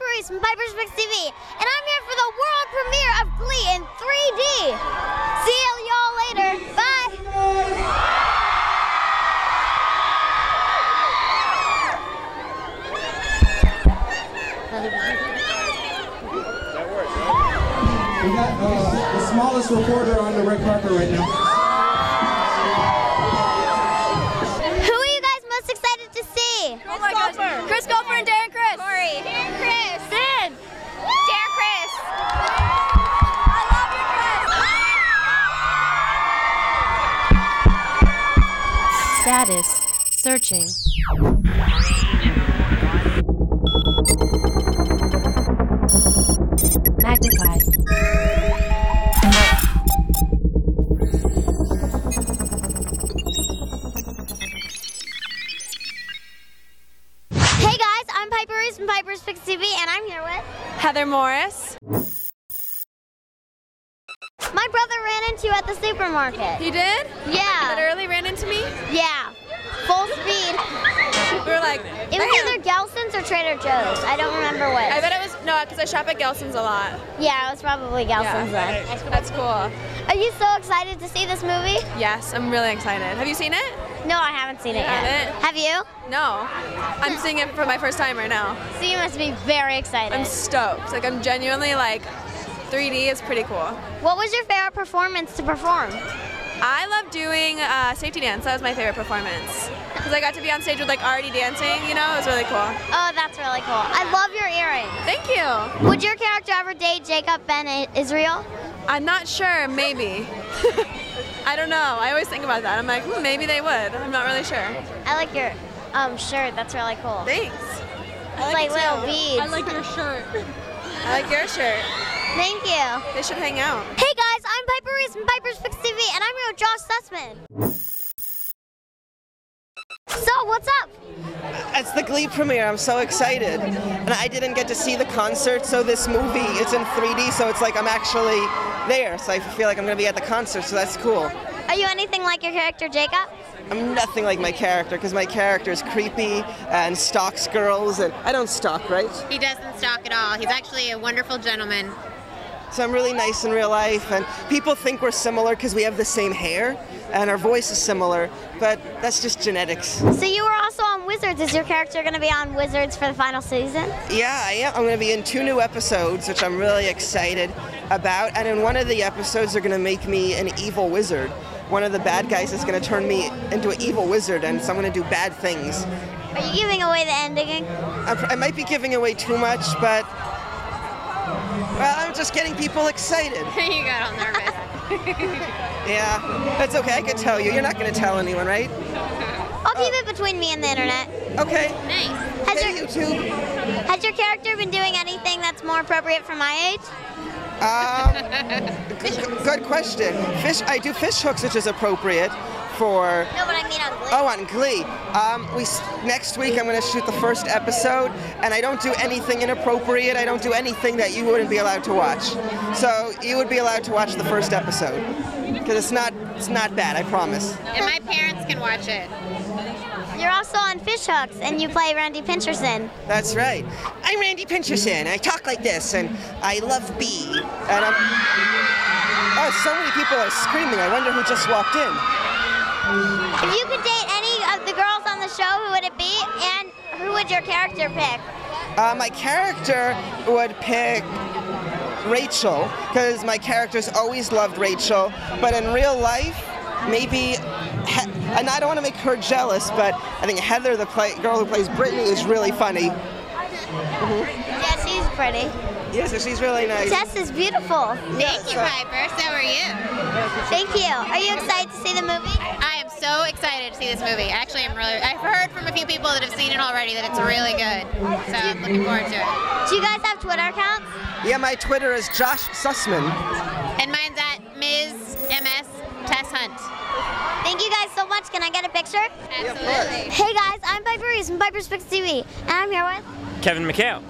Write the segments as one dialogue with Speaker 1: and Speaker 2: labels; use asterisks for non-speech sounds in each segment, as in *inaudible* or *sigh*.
Speaker 1: Grace from Piper's Fix TV, and I'm here for the world premiere of Glee in 3D. See y'all later. Bye.
Speaker 2: We got uh, the smallest reporter on the red carpet right now.
Speaker 1: Who are you guys most excited to see?
Speaker 3: Oh my gosh. Chris Gopher and Darren Chris. Lori.
Speaker 1: Darren Chris.
Speaker 3: Sin.
Speaker 1: Darren Chris.
Speaker 3: I love you, Chris.
Speaker 1: Ah!
Speaker 4: Status searching. Magnify.
Speaker 1: Hey guys, I'm Piper Reese from Piper's Fix TV, and I'm here with.
Speaker 3: Heather Morris.
Speaker 1: My brother ran into you at the supermarket.
Speaker 3: He did?
Speaker 1: Yeah,
Speaker 3: Literally ran into me.
Speaker 1: yeah. Full speed.
Speaker 3: We were like,
Speaker 1: It was either Gelson's or Trader Joe's. I don't remember which.
Speaker 3: I bet it was, no, because I shop at Gelson's a lot.
Speaker 1: Yeah, it was probably Gelson's then.
Speaker 3: That's cool.
Speaker 1: Are you so excited to see this movie?
Speaker 3: Yes, I'm really excited. Have you seen it?
Speaker 1: No, I haven't seen it yet.
Speaker 3: Haven't?
Speaker 1: Have you?
Speaker 3: No. I'm seeing it for my first time right now.
Speaker 1: So you must be very excited.
Speaker 3: I'm stoked. Like, I'm genuinely like, 3D is pretty cool.
Speaker 1: what was your favorite performance to perform?
Speaker 3: I love doing uh, safety dance. That was my favorite performance. Because I got to be on stage with like already dancing, you know? It was really cool.
Speaker 1: Oh, that's really cool. I love your earrings.
Speaker 3: Thank you.
Speaker 1: Would your character ever date Jacob Ben I- Israel?
Speaker 3: I'm not sure. Maybe. *laughs* I don't know. I always think about that. I'm like, hmm, maybe they would. I'm not really sure.
Speaker 1: I like your um shirt. That's really cool.
Speaker 3: Thanks. I
Speaker 1: It's like
Speaker 3: it
Speaker 1: little
Speaker 3: too.
Speaker 1: beads.
Speaker 3: I like your shirt.
Speaker 1: Thank you.
Speaker 3: They should hang out.
Speaker 1: Hey guys, I'm Piper Reese from Piper's Fix TV, and I'm here with Josh Sussman. So, what's up?
Speaker 5: It's the Glee premiere. I'm so excited. And I didn't get to see the concert, so this movie is in 3D, so it's like I'm actually there. So I feel like I'm going to be at the concert, so that's cool.
Speaker 1: Are you anything like your character Jacob?
Speaker 5: I'm nothing like my character because my character is creepy and stalks girls, and I don't stalk, right?
Speaker 6: He doesn't stalk at all. He's actually a wonderful gentleman.
Speaker 5: So I'm really nice in real life, and people think we're similar because we have the same hair and our voice is similar, but that's just genetics.
Speaker 1: So, you were also on Wizards. Is your character going to be on Wizards for the final season?
Speaker 5: Yeah, I am. I'm going to be in two new episodes, which I'm really excited about. And in one of the episodes, they're going to make me an evil wizard. One of the bad guys is going to turn me into an evil wizard, and so I'm going to do bad things.
Speaker 1: Are you giving away the ending?
Speaker 5: I, I might be giving away too much, but. Well, I'm just getting people excited.
Speaker 6: *laughs* you got all nervous.
Speaker 5: *laughs*
Speaker 6: *laughs*
Speaker 5: Yeah, that's okay. I could tell you. You're not going to tell anyone, right?
Speaker 1: I'll keep it between me and the internet.
Speaker 5: Okay.
Speaker 6: nice.
Speaker 1: Has
Speaker 5: Hey,
Speaker 1: your,
Speaker 5: YouTube.
Speaker 1: has your character been doing anything that's more appropriate for my age?
Speaker 5: Um, good, good question. Fish. I do fish hooks, which is appropriate for
Speaker 1: No, but I mean on Glee.
Speaker 5: Oh, on Glee. Um, we s- next week I'm going to shoot the first episode, and I don't do anything inappropriate. I don't do anything that you wouldn't be allowed to watch. So you would be allowed to watch the first episode because it's not it's not bad. I promise.
Speaker 6: And my parents can watch it.
Speaker 1: You're also on Fish Hooks, and you play Randy Pincherson.
Speaker 5: That's right. I'm Randy Pincherson. I talk like this, and I love B. And I'm. Oh, so many people are screaming. I wonder who just walked in.
Speaker 1: If you could date any of the girls on the show, who would it be? And who would your character pick?
Speaker 5: Uh, my character would pick Rachel because my character's always loved Rachel, but in real life, maybe. He- and I don't want to make her jealous, but I think Heather, the play- girl who plays Brittany, is really funny.
Speaker 1: Yes, she's pretty.
Speaker 5: Yeah, so she's really nice.
Speaker 1: Tess is beautiful.
Speaker 6: Thank you, Piper. So are you.
Speaker 1: Thank you. Are you excited to see the movie?
Speaker 6: I am so excited to see this movie. Actually, I'm really. I've heard from a few people that have seen it already that it's really good. So I'm looking forward to it.
Speaker 1: Do you guys have Twitter accounts?
Speaker 5: Yeah, my Twitter is Josh Sussman.
Speaker 6: And mine's at Ms. MS Tess Hunt.
Speaker 1: Thank you guys so much. Can I get a picture?
Speaker 6: Absolutely.
Speaker 1: Hey guys, I'm Piper Reese from Piper's Fix TV, and I'm here with.
Speaker 7: Kevin McHale.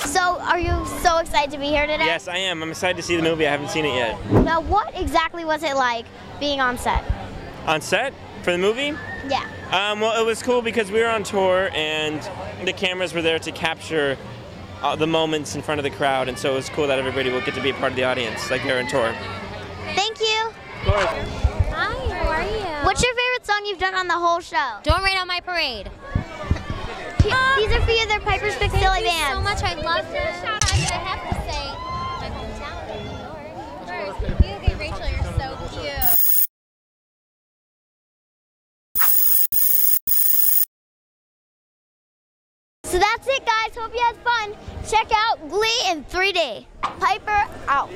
Speaker 1: So, are you so excited to be here today?
Speaker 7: Yes, I am. I'm excited to see the movie. I haven't seen it yet.
Speaker 1: Now, what exactly was it like being on set?
Speaker 7: On set for the movie,
Speaker 1: Yeah.
Speaker 7: Um, well, it was cool because we were on tour and the cameras were there to capture uh, the moments in front of the crowd, and so it was cool that everybody would get to be a part of the audience, like they were on tour.
Speaker 1: Thank you.
Speaker 8: Hi, how are you?
Speaker 1: What's your favorite song you've done on the whole show?
Speaker 8: Don't rain on my parade.
Speaker 1: *laughs* These are for you. They're Piper's Big Silly
Speaker 8: Thank you so
Speaker 1: Band.
Speaker 8: much. I love you. Shout out. I have to say, my hometown, New York. You, okay, Rachel, you're so cute.
Speaker 1: So that's it, guys. Hope you had fun. Check out Glee in 3D. Piper out.